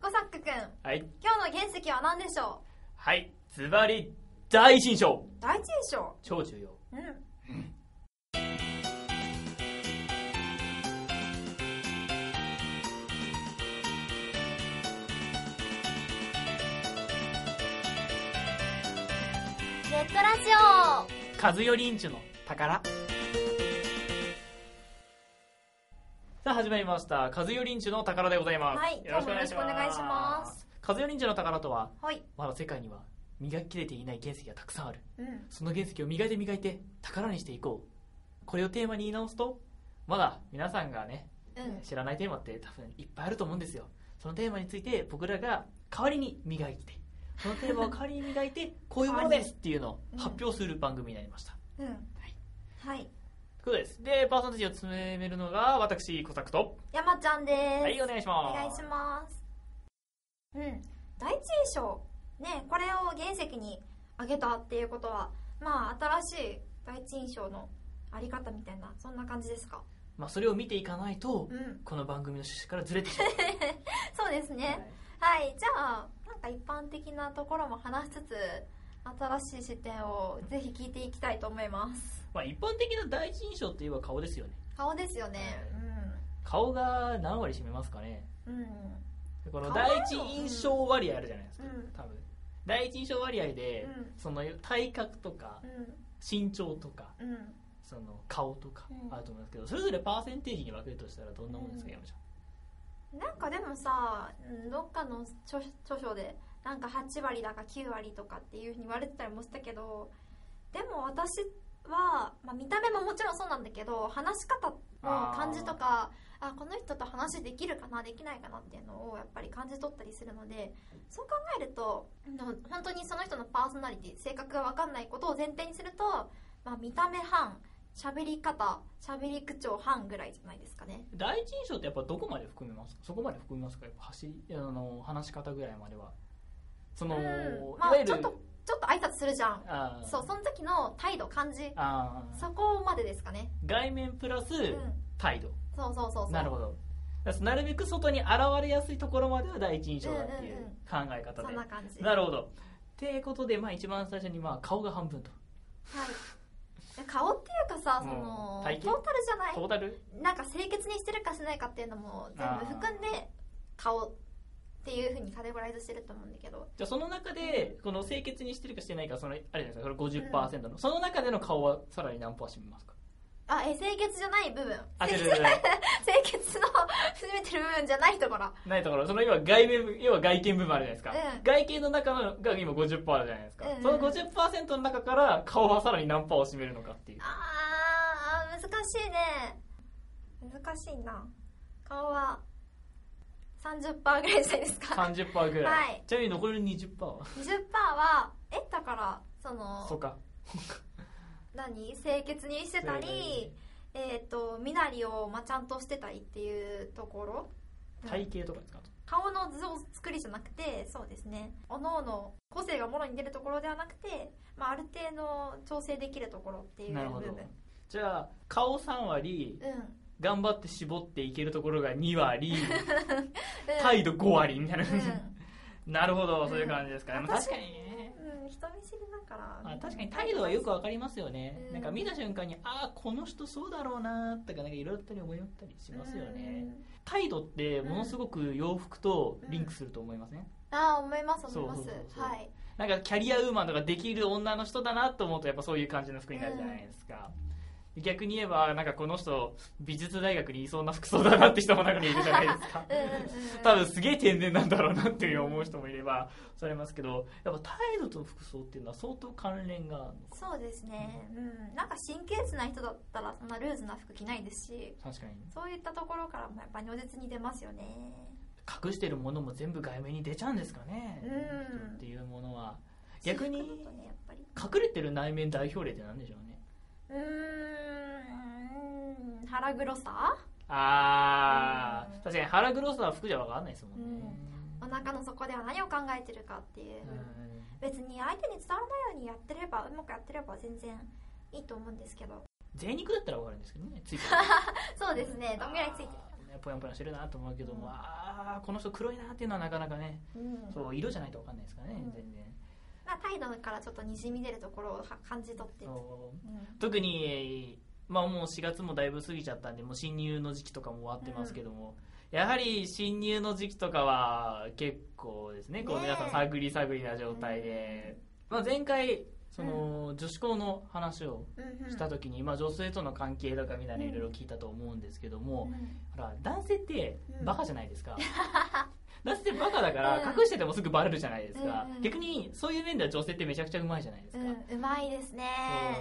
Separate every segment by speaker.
Speaker 1: コサックくん、
Speaker 2: はい。
Speaker 1: 今日の原石は何でしょ
Speaker 2: はい。ズバリ、第一印象
Speaker 1: う。第一印象
Speaker 2: 超重要。
Speaker 1: うん。
Speaker 3: ネットラジオ
Speaker 2: カズヨリンチュの宝。さあ、始まりました。カズヨリンチュの宝でございます。
Speaker 1: はい今日もよろしくお願いします。
Speaker 2: カズヨリンチュの宝とは、
Speaker 1: はい。
Speaker 2: まだ世界には磨ききれていない原石がたくさんある。
Speaker 1: うん。
Speaker 2: その原石を磨いて磨いて宝にしていこう。これをテーマに言い直すと、まだ皆さんがね、
Speaker 1: うん。
Speaker 2: 知らないテーマって多分いっぱいあると思うんですよそのテーマについて僕らが代わりに磨いてそのテーマを代わりに磨いて こういうものですっていうのを発表する番組になりました、
Speaker 1: うん。はい。
Speaker 2: ということですでパーソナリティを詰めるのが私小作と
Speaker 1: 山ちゃんです。
Speaker 2: はいお願いしま
Speaker 1: お
Speaker 2: す
Speaker 1: 願いします。うん。第一印象。ね、これを原石にあげたっていうことは、まあ、新しい第一印象のあり方みたいな、そんな感じですか。
Speaker 2: まあ、それを見ていかないと
Speaker 1: うん。
Speaker 2: この番組の趣旨からずれてしまう
Speaker 1: そうですね。 はい。じゃあ、なんか一般的なところも話しつつ、新しい視点をぜひ聞いていきたいと思います。
Speaker 2: まあ一般的な第一印象っていえば顔ですよね
Speaker 1: 顔ですよね。
Speaker 2: 顔が何割占めますかね
Speaker 1: うん。うん。
Speaker 2: この
Speaker 1: 顔
Speaker 2: 第一印象割合あるじゃないですか、
Speaker 1: うん
Speaker 2: 多分第一印象割合で、
Speaker 1: うん
Speaker 2: その体格とか身長とか
Speaker 1: うん。うん。
Speaker 2: その顔とか
Speaker 1: うん
Speaker 2: あると思いますけど、それぞれパーセンテージに分けるとしたらどんなもんです
Speaker 1: う
Speaker 2: か、
Speaker 1: ん
Speaker 2: 山ちゃん
Speaker 1: なんかでもさうんどっかの著著書でなんか8割だか9割とかっていうふうに言われてたりもしたけどでも私は、まあ、見た目ももちろんそうなんだけど話し方の感じとかあこの人と話できるかなできないかなっていうのをやっぱり感じ取ったりするのでそう考えるとの本当にその人のパーソナリティ性格が分かんないことを前提にすると、まあ、見た目半喋り方喋り口調半ぐらいじゃないですかね。
Speaker 2: 第一印象ってやっぱどこまで含めますかそこまで含めますかやっぱ走りあの話し方ぐらいまではその、
Speaker 1: うんまあ
Speaker 2: いわゆる
Speaker 1: ちょっとちょっと挨拶するじゃん
Speaker 2: あー
Speaker 1: そうその時の態度感じ
Speaker 2: あー
Speaker 1: そこまでですかね
Speaker 2: 外面プラス
Speaker 1: うん
Speaker 2: 態度、
Speaker 1: そうそうそうそう
Speaker 2: なるほどだからなるべく外に現れやすいところまでは第一印象だってい
Speaker 1: う
Speaker 2: う
Speaker 1: んうんうん
Speaker 2: 考え方
Speaker 1: そ
Speaker 2: で、
Speaker 1: んな感じ
Speaker 2: なるほどってことで、まあ、一番最初にまあ顔が半分と
Speaker 1: はいで顔っていうかさその
Speaker 2: う、ん
Speaker 1: トー
Speaker 2: 体型
Speaker 1: タルじゃな
Speaker 2: トー
Speaker 1: い
Speaker 2: タル
Speaker 1: なんか清潔にしてるかしないかっていうのも全部含んで顔っていうふうにカテゴライズしてると思うんだけど
Speaker 2: じゃあその中でこの清潔にしてるかしてないかそのあれじゃないですかそれ50%の、その中での顔はさらに何パー占め ますか
Speaker 1: あえ清潔じゃない部分
Speaker 2: あ違う
Speaker 1: 清
Speaker 2: 違う違
Speaker 1: 潔の 占めてる部分じゃないところ
Speaker 2: うないところその今外面部要は外見部分あるじゃないですか、
Speaker 1: うん
Speaker 2: 外見の中のが今50%あるじゃないですか、
Speaker 1: うんうん
Speaker 2: その50%の中から顔はさらに何パーを占めるのかっていう
Speaker 1: あーあー難しいね難しいな顔は30%ぐらいじゃないですか
Speaker 2: 30%ぐらい、
Speaker 1: はい
Speaker 2: ちなみに残りの20%は
Speaker 1: 20%はえだからその
Speaker 2: そうか
Speaker 1: 何清潔にしてたりえっ、と身なりをまあちゃんとしてたりっていうところ
Speaker 2: 体型とかですか
Speaker 1: 顔の図を作りじゃなくてそうですねおのおの個性がもろに出るところではなくて、まあ、ある程度調整できるところっていう部分
Speaker 2: なるほどじゃあ顔3割
Speaker 1: うん、うん、
Speaker 2: 頑張って絞っていけるところが2割態度5割みたいな、
Speaker 1: うん、
Speaker 2: なるほどそういう感じですかね、
Speaker 1: うん
Speaker 2: まあ確かにね
Speaker 1: うん、人見知りだから、
Speaker 2: まあ、確かに態度はよくわかりますよね、
Speaker 1: うん
Speaker 2: なんか見た瞬間にああこの人そうだろうなとかなんかいろいろと思いったりしますよね、
Speaker 1: うん
Speaker 2: 態度ってものすごく洋服とリンクすると思いますね、
Speaker 1: ああ思います思います
Speaker 2: そうそうそうそう
Speaker 1: はい
Speaker 2: なんかキャリアウーマンとかできる女の人だなと思うとやっぱそういう感じの服になるじゃないですか、逆に言えばなんかこの人美術大学にいそうな服装だなって人も中にいるじゃないですか
Speaker 1: うん うんうん
Speaker 2: 多分すげえ天然なんだろうなっていう思う人もいればされますけどやっぱ態度と服装っていうのは相当関連があるのか
Speaker 1: そうですねうんなんか神経質な人だったらそんなルーズな服着ないですし
Speaker 2: 確かに
Speaker 1: そういったところからもやっぱ如実に出ますよね
Speaker 2: 隠してるものも全部外面に出ちゃうんですかね、
Speaker 1: うん
Speaker 2: っていうものは逆に
Speaker 1: 私服だとねやっぱり
Speaker 2: 隠れてる内面代表例って何でしょうね
Speaker 1: うーん腹黒さ
Speaker 2: あ
Speaker 1: う
Speaker 2: ー、
Speaker 1: ん
Speaker 2: 確かに腹黒さは服じゃ分かんないですもんね、
Speaker 1: お腹の底では何を考えてるかっていう、
Speaker 2: うん
Speaker 1: 別に相手に伝わらないようにやってればうまくやってれば全然いいと思うんですけど
Speaker 2: 贅肉だったら分かるんですけどねついてる
Speaker 1: そうですねどんぐらいついてる
Speaker 2: あーねねぽやんぽやんしてるなと思うけども、
Speaker 1: うん
Speaker 2: ああこの人黒いなっていうのはなかなかね
Speaker 1: うん
Speaker 2: そう色じゃないと分かんないですからね、
Speaker 1: うん
Speaker 2: 全然
Speaker 1: まあ態度からちょっとにじみ出るところをは感じ取って
Speaker 2: そう
Speaker 1: うん
Speaker 2: 特に、まあ、もう4月もだいぶ過ぎちゃったんでもう新入の時期とかも終わってますけども、やはり新入の時期とかは結構ですねこう
Speaker 3: ねえ
Speaker 2: 皆さん探り探りな状態で、まあ、前回その、女子校の話を
Speaker 1: うんうん
Speaker 2: した時に、まあ、女性との関係とかみたいな
Speaker 1: うん
Speaker 2: いろいろ聞いたと思うんですけども、
Speaker 1: うん
Speaker 2: ほら男性って
Speaker 1: うん
Speaker 2: バカじゃないで すか、男性ってバカだから
Speaker 1: うん
Speaker 2: 隠しててもすぐバレるじゃないですか、
Speaker 1: うんうん
Speaker 2: 逆にそういう面では女性ってめちゃくちゃうまいじゃないですか、
Speaker 1: うんうまいですね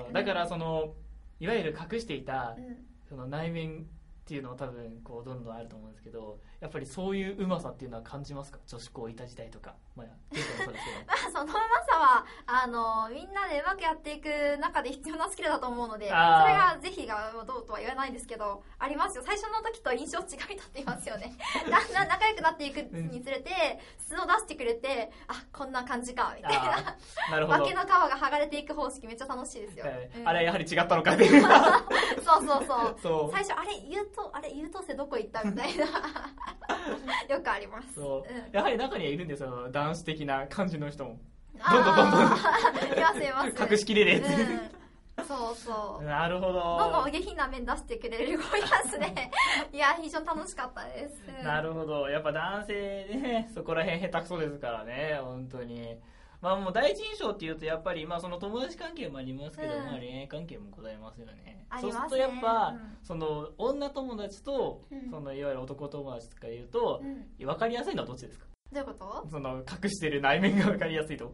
Speaker 2: そうだからそのいわゆる隠していた
Speaker 1: うん
Speaker 2: その内面っていうのは多分こうどんどんあると思うんですけどやっぱりそういううまさっていうのは感じますか女子校いた時代とかまあデートもそうです
Speaker 1: まあそのうまさはあのみんなでうまくやっていく中で必要なスキルだと思うのでそれ
Speaker 2: あー
Speaker 1: がぜひがどうとは言わないですけどありますよ最初の時と印象違いだっていますよ ねだんだん仲良くなっていくにつれて素を出してくれてあこんな感じかみ
Speaker 2: け
Speaker 1: た
Speaker 2: ど
Speaker 1: いな
Speaker 2: あ あなるほ
Speaker 1: 化
Speaker 2: ど
Speaker 1: けの皮が剥がれていく方式めっちゃ楽しいですよ、
Speaker 2: はい
Speaker 1: うん
Speaker 2: あれはやはり違ったのかって いう
Speaker 1: そうそうそう
Speaker 2: そう
Speaker 1: 最初あれ優等あれ優等生どこ行ったみた いなよくあります
Speaker 2: そう
Speaker 1: うん
Speaker 2: やはり中にはいるんですよ男子的な感じの人もどんどんどんどん
Speaker 1: あーいますいます
Speaker 2: 隠しきれねえって、
Speaker 1: うん、そうそう
Speaker 2: なるほど
Speaker 1: どんどん下品な面出してくれる子います ねいや非常に楽しかったです、うん
Speaker 2: なるほどやっぱ男性ね そこら辺下手くそですからね本当にまあもう第一印象っていうとやっぱりまあその友達関係もありますけど、
Speaker 1: うん
Speaker 2: まあ恋愛関係もございますよね
Speaker 1: あり
Speaker 2: そう
Speaker 1: ますす
Speaker 2: る
Speaker 1: ね
Speaker 2: とやっぱ、
Speaker 1: うん
Speaker 2: その女友達と、
Speaker 1: うん
Speaker 2: そのいわゆる男友達とか言うと
Speaker 1: う、ん
Speaker 2: 分かりやすいのはどっちですか
Speaker 1: どういうこと
Speaker 2: その隠してる内面が分かりやすいと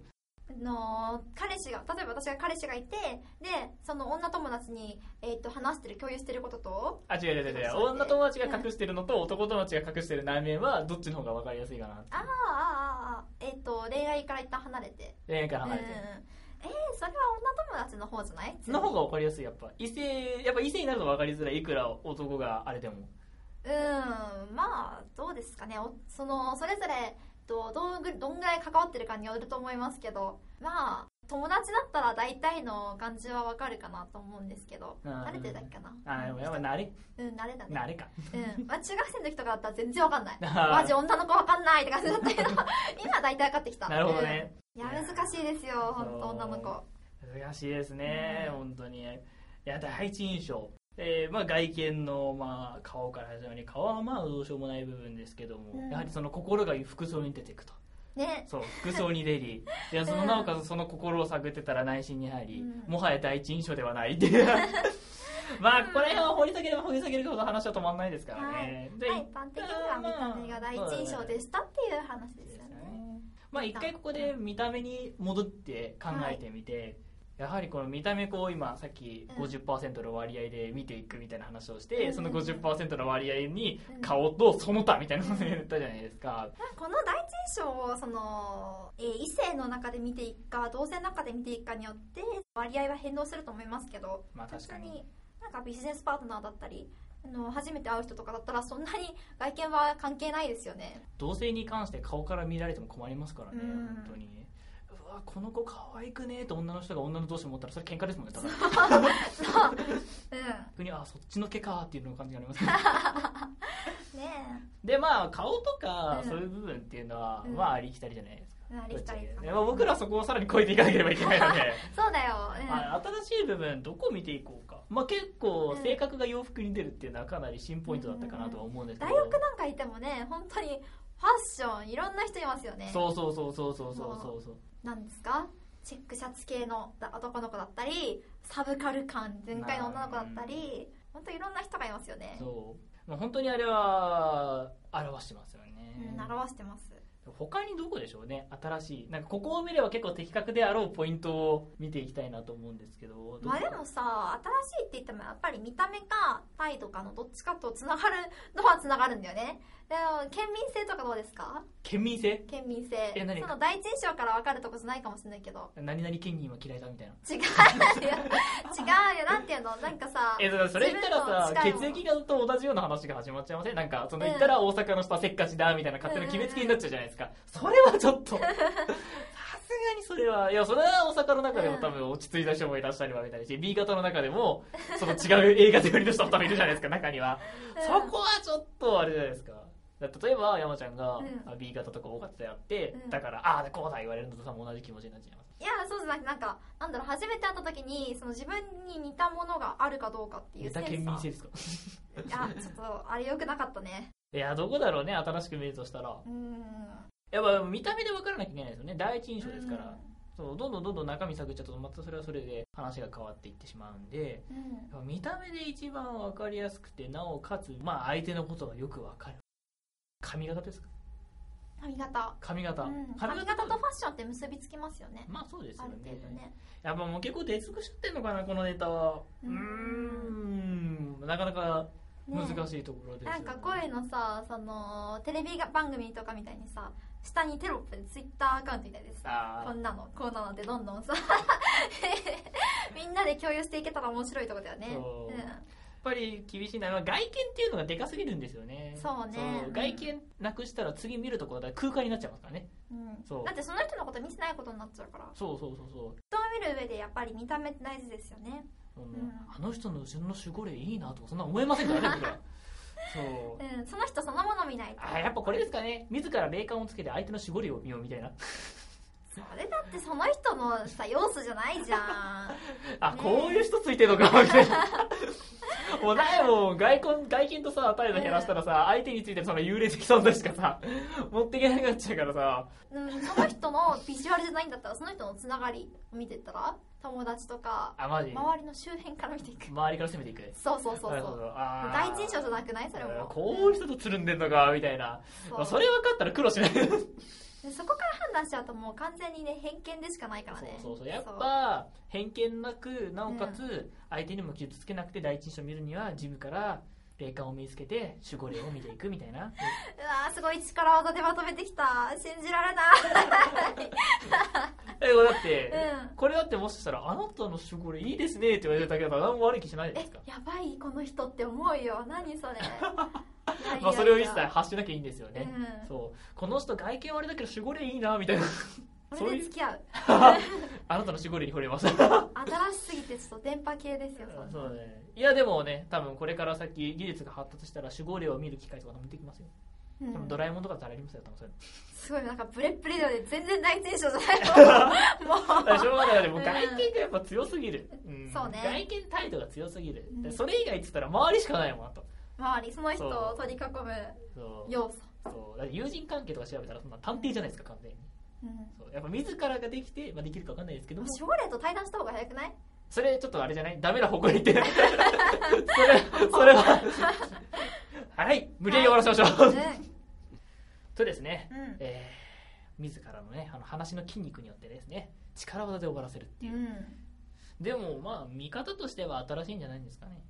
Speaker 1: あの彼氏が例えば私が彼氏がいてでその女友達に、えー、と話してる共有してることと
Speaker 2: あ違う違う違う違う女友達が隠してるのと男友達が隠してる内面はどっちの方が分かりやすいかなって
Speaker 1: あーあーあーえっ、と恋愛から一旦離れて
Speaker 2: 恋愛から離れて、
Speaker 1: うんえーそれは女友達の方じゃない
Speaker 2: の方が分かりやすいやっぱ異性やっぱ異性になると分かりづらいいくら男があれでも
Speaker 1: うんまあどうですかねおそのそれぞれえっとどうぐどんぐらい関わってるかによると思いますけどまあ友達だったら大体の感じはわかるかなと思うんですけど
Speaker 2: うん
Speaker 1: 慣れてたっけか
Speaker 2: あ
Speaker 1: な
Speaker 2: でもやっぱ慣れ
Speaker 1: うん慣れだ ね
Speaker 2: 慣れか
Speaker 1: うん、まあ、中学生の時とかだったら全然わかん ないマ
Speaker 2: マ
Speaker 1: ジ女の子わかんないって感じだったけ ど今大体わかってきた
Speaker 2: なるほどね
Speaker 1: うんいや難しいですよ本当
Speaker 2: そう
Speaker 1: 女の子
Speaker 2: 難しいですね
Speaker 1: うん
Speaker 2: 本当にいや第一印象えーまあ、外見の、まあ、顔から始まり顔はまあどうしようもない部分ですけども、
Speaker 1: うん
Speaker 2: やはりその心が服装に出ていくと
Speaker 1: ね
Speaker 2: そう服装に出りいやその
Speaker 1: うん
Speaker 2: なおかつその心を探ってたら内心に入り、
Speaker 1: うん
Speaker 2: もはや第一印象ではないっていう まあこれを掘り下げれば掘り下げるほど話は止まんないですからね、で
Speaker 1: はい一般的には見た目が第一印象でしたっていう話ですよね
Speaker 2: まあ一回ここで見た目に戻って考えてみて、やはりこの見た目こう今さっき
Speaker 1: うん
Speaker 2: 50%の割合で見ていくみたいな話をして、
Speaker 1: うん
Speaker 2: その50%の割合に
Speaker 1: うん
Speaker 2: 顔とその他みたいなこと言ったじゃないですか、
Speaker 1: この第一印象をその、えー異性の中で見ていくか同性の中で見ていくかによって割合は変動すると思いますけど
Speaker 2: まあ確かに
Speaker 1: なんかビジネスパートナーだったりあの初めて会う人とかだったらそんなに外見は関係ないですよね
Speaker 2: 同性に関して顔から見られても困りますからね、
Speaker 1: うん
Speaker 2: 本当にうわこの子可愛くねーと女の人が女の同士思ったらそれ喧 嘩ですもんねただ
Speaker 1: う
Speaker 2: 逆にあそっちの毛かーっていうのを感じがあります ね
Speaker 1: んね
Speaker 2: でまあ顔とか
Speaker 1: うん
Speaker 2: そういう部分っていうのは、
Speaker 1: うん
Speaker 2: まあありきたりじゃないですか
Speaker 1: えありきたりか
Speaker 2: まあ、僕らはそこをさらに超えていかなければいけないので、
Speaker 1: そうだよ、 うん
Speaker 2: まあ、新しい部分どこ見ていこうか、まあ、結構
Speaker 1: うん
Speaker 2: 性格が洋服に出るっていうのはかなり新ポイントだったかなとは思うんですけど、
Speaker 1: 大学なんかいてもね本当にファッションいろんな人いますよね
Speaker 2: そうそうそうそうそうそうそうそう
Speaker 1: なんですかチェックシャツ系の男の子だったりサブカル感全開の女の子だったり本当いろんな人がいますよね
Speaker 2: そう、まあ、本当にあれは表してますよね、
Speaker 1: うん、表してます
Speaker 2: 他にどこでしょうね新しいなんかここを見れば結構的確であろうポイントを見ていきたいなと思うんですけどどこ
Speaker 1: まあでもさ新しいって言ってもやっぱり見た目か態度かのどっちかとつながるのはつながるんだよねでも県民性とかどうですか
Speaker 2: 県民性
Speaker 1: 県民性
Speaker 2: え何
Speaker 1: その第一印象から分かるとこじゃないかもしれないけど
Speaker 2: 何々県民は嫌いだみたいな
Speaker 1: 違うよ違うよなんていうのなんかさ
Speaker 2: えだからそれ言ったらさ
Speaker 1: 自分の近いも
Speaker 2: 血
Speaker 1: の
Speaker 2: 液型と同じような話が始まっちゃいませんなんかその言っ たら大阪の人はせっかちだみたいな勝手な決めつけになっちゃうじゃないですかそれはちょっとさがにそれは、いや、それは大阪の中でも多分落ち着いた人もいらっしゃるわけだし、B 型の中でも、その違う A 型寄りの人も多分いるじゃないですか、中には。そこはちょっとあれじゃないですか。だから例えば、山ちゃんが、
Speaker 1: うん
Speaker 2: あ B 型とか O 型であって、
Speaker 1: うん
Speaker 2: だから、ああ、こうだ言われるのと多分同じ気持ちになっちゃいます。
Speaker 1: いやそうじゃなくてなんかなんだろう初めて会った時にその自分に似たものがあるかどうかってい
Speaker 2: ネ
Speaker 1: うセ
Speaker 2: タ
Speaker 1: ン
Speaker 2: 県
Speaker 1: サ
Speaker 2: 民性
Speaker 1: ー
Speaker 2: ですか
Speaker 1: あちょっとあれ良くなかったね
Speaker 2: いや、どこだろうね、新しく見るとしたら。
Speaker 1: うーん
Speaker 2: やっぱ見た目で分からなきゃいけないですよね、第一印象ですから。
Speaker 1: う
Speaker 2: そうどんどんどんどん中身探っちゃうとまたそれはそれで話が変わっていってしまうんで
Speaker 1: んうん
Speaker 2: 見た目で一番分かりやすくてなおかつ、まあ、相手のことがよく分かる髪型ですか
Speaker 1: 髪型
Speaker 2: 髪型、
Speaker 1: うん髪型とファッションって結びつきますよね
Speaker 2: まあそうです
Speaker 1: あ
Speaker 2: よ
Speaker 1: る
Speaker 2: ね
Speaker 1: 程度ね
Speaker 2: やっぱもう結構出尽くしちゃってんのかなこのネタはう
Speaker 1: うー
Speaker 2: ーんなかなか難
Speaker 1: ね
Speaker 2: しいところですよ
Speaker 1: な
Speaker 2: ね
Speaker 1: んか声のさそのテレビ番組とかみたいにさ下にテロップでツイッターアカウントみたいです
Speaker 2: あー
Speaker 1: こんなのこうなのってどんどんさ みんなで共有していけたら面白いとこだよね
Speaker 2: そうやっぱり厳しいな外見っていうのがでかすぎるんですよね
Speaker 1: そうねうん
Speaker 2: 外見なくしたら次見るところだ空間になっちゃいますからね
Speaker 1: うんうん
Speaker 2: そう
Speaker 1: だってその人のこと見てないことになっちゃうから
Speaker 2: そうそうそうそう
Speaker 1: 人を見る上でやっぱり見た目って大事ですよね
Speaker 2: その
Speaker 1: ん
Speaker 2: あの人の後ろの守護霊いいなとかそんな思えませ んからね僕らそう
Speaker 1: うんその人そのもの見ないと
Speaker 2: あーやっぱこれですかね自ら霊感をつけて相手の守護霊を見ようみたいな
Speaker 1: それだってその人のさ要素じゃないじ ゃん
Speaker 2: あこういう人ついてるのかみたいなもうないもん外見外見とさ態度減らしたらさ相手についてるその幽霊的存在しかさ持っていけなくなっちゃうからさ
Speaker 1: うんその人のビジュアルじゃないんだったらその人のつながりを見てったら友達とか
Speaker 2: あマジ
Speaker 1: 周りの周辺から見ていく
Speaker 2: 周りから攻めていく
Speaker 1: そうそうそう
Speaker 2: な
Speaker 1: そ
Speaker 2: るほ
Speaker 1: う
Speaker 2: どあー
Speaker 1: 第一印象じゃなくないそれも
Speaker 2: こういう人とつるんでんのかみたいな
Speaker 1: そう
Speaker 2: それ分かったら苦労しない
Speaker 1: でそこから判断しちゃうともう完全にね偏見でしかないからね
Speaker 2: そうそうそうやっぱ偏見なくなおかつ相手にも傷つけなくて第一印象を見るには自分から霊感を見つけて守護霊を見ていくみた いな
Speaker 1: うわーすごい力技でまとめてきた信じられない
Speaker 2: えこれだって、
Speaker 1: うん
Speaker 2: これだってもしかしたら「あなたの守護霊いいですね」って言われるだけだから何も悪い気しないじゃない
Speaker 1: え
Speaker 2: ですか、
Speaker 1: やばいこの人って思うよ何 それ
Speaker 2: まあ、それを一
Speaker 1: い
Speaker 2: 切
Speaker 1: やいや
Speaker 2: 発しなきゃいいんですよね、
Speaker 1: うん
Speaker 2: そうこの人外見はあれだけど守護霊いいな みたいな
Speaker 1: こ
Speaker 2: そう
Speaker 1: れ
Speaker 2: い
Speaker 1: で
Speaker 2: う
Speaker 1: 付き合う
Speaker 2: あなたの守護霊に惚れました
Speaker 1: 新しすぎてちょっと電波系ですよそんな
Speaker 2: そうねいやでもね多分これから先技術が発達したら守護霊を見る機会とか伸びてきますよ、
Speaker 1: うん
Speaker 2: 多分ドラえもんとかだったらありますよ多分それ
Speaker 1: すごいなんかブレッブレだよね全然第一印象じゃな いもんもう
Speaker 2: しょうがないでも
Speaker 1: うん
Speaker 2: 外見がやっぱ強すぎる、ん
Speaker 1: そうね
Speaker 2: 外見態度が強すぎる、
Speaker 1: うん
Speaker 2: それ以外っつったら周りしかないもんあと
Speaker 1: 周りその人
Speaker 2: そう
Speaker 1: を取り囲
Speaker 2: そ
Speaker 1: む
Speaker 2: う
Speaker 1: 要素
Speaker 2: そうだって友人関係とか調べたらそんな探偵じゃないですか完全に
Speaker 1: うん
Speaker 2: そうやっぱ自らができて、まあ、できるか分かんないですけども
Speaker 1: 守護霊と対談した方が早く ない
Speaker 2: それちょっとあれじゃないダメな方向に行って それそれははい無理やり終わらせましょう、とですね、
Speaker 1: うんうん
Speaker 2: えー自らのねあの話の筋肉によってですね力技で終わらせるっていう、
Speaker 1: うん
Speaker 2: でもまあ見方としては新しいんじゃないんですかね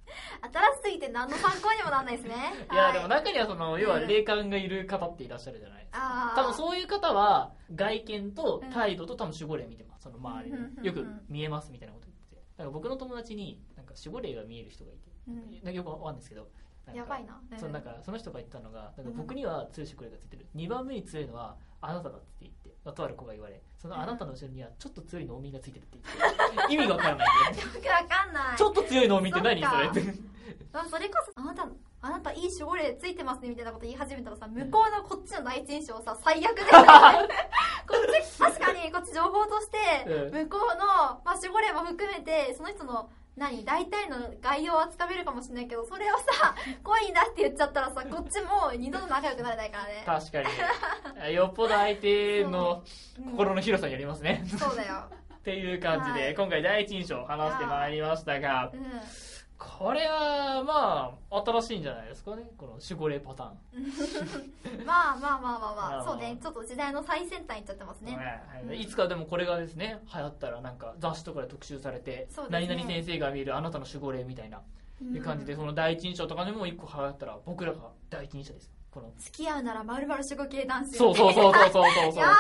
Speaker 1: 新しすぎて何の参考にもなんないですね
Speaker 2: いや、
Speaker 1: は
Speaker 2: でも中にはその、要は
Speaker 1: うん
Speaker 2: 霊感がいる方っていらっしゃるじゃないですか。
Speaker 1: あー
Speaker 2: 多分そういう方は、外見と
Speaker 1: うん
Speaker 2: 態度と多分守護霊見てます。その周り
Speaker 1: うんうんうんう
Speaker 2: に。
Speaker 1: ん
Speaker 2: よく見えますみたいなこと言ってて。なんか僕の友達に、なんか守護霊が見える人がいて、
Speaker 1: うん
Speaker 2: なんかよくわかんないですけど。んか
Speaker 1: やばいな
Speaker 2: そのなんかその人が言ったのが、なんか僕には強い守護霊がついてる。2番目に強いのは、あなただって言って、まあとある子が言われ、そのあなたの後ろにはちょっと強い農民がついてるって言って、意味がわからないって
Speaker 1: よく わかんない
Speaker 2: ちょっと強い農民って何
Speaker 1: そっ
Speaker 2: それっ
Speaker 1: か
Speaker 2: て。
Speaker 1: あそれこそあなたあなたいい守護霊ついてますねみたいなこと言い始めたらさ向こうのこっちの第一印象さ最悪で こっち確かにこっち情報として
Speaker 2: うん
Speaker 1: 向こうの、まあ、守護霊も含めてその人の何大体の概要はつかめるかもしれないけどそれをさ恋だって言っちゃったらさこっちも二度と仲良くなれないからね
Speaker 2: 確かにねよっぽど相手の心の広さによりますね
Speaker 1: そうだよ、
Speaker 2: っていう感じで、
Speaker 1: はい
Speaker 2: 今回第一印象を話してまいりましたが
Speaker 1: うん、
Speaker 2: これはまあ新しいんじゃないですかねこの守護霊パターン
Speaker 1: まあまあまあまあま
Speaker 2: あ
Speaker 1: あ
Speaker 2: ー
Speaker 1: そうねちょっと時代の最先端行っちゃってますね
Speaker 2: はい
Speaker 1: うん
Speaker 2: いつかでもこれがですね流行ったらなんか雑誌とかで特集されて、
Speaker 1: そうです
Speaker 2: 何
Speaker 1: ね
Speaker 2: 々先生が見るあなたの守護霊みたいな、いう感じでその第一印象とかでも一個流行ったら僕らが第一印象ですこの
Speaker 1: 付き合うならまるまる守護系男子
Speaker 2: そうそうそうそうそうそうそう
Speaker 1: やば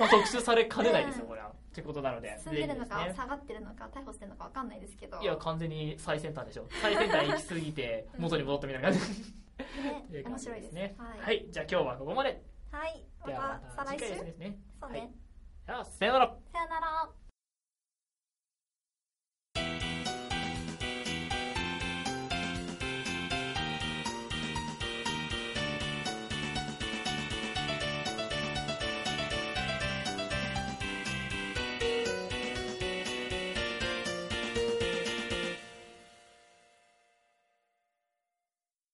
Speaker 2: まあ特集されかねないですよ
Speaker 1: うん
Speaker 2: これはってことなので
Speaker 1: 住んでるの
Speaker 2: ぜひ
Speaker 1: か
Speaker 2: ですね
Speaker 1: 下がってるのか逮捕してるのかわかんないですけど
Speaker 2: いや、完全に最先端でしょ。最先端行き過ぎ て、元に戻ったみたいな感じ。
Speaker 1: ね、面白いです
Speaker 2: ね
Speaker 1: は。い、
Speaker 2: はい。じゃあ今日はここまで。
Speaker 1: はい、
Speaker 2: では
Speaker 1: また
Speaker 2: ま
Speaker 1: 再
Speaker 2: た
Speaker 1: 来
Speaker 2: 次
Speaker 1: 週
Speaker 2: 回ですね。
Speaker 1: そう
Speaker 2: はい
Speaker 1: ね
Speaker 2: じゃあ、さよなら
Speaker 1: さよなら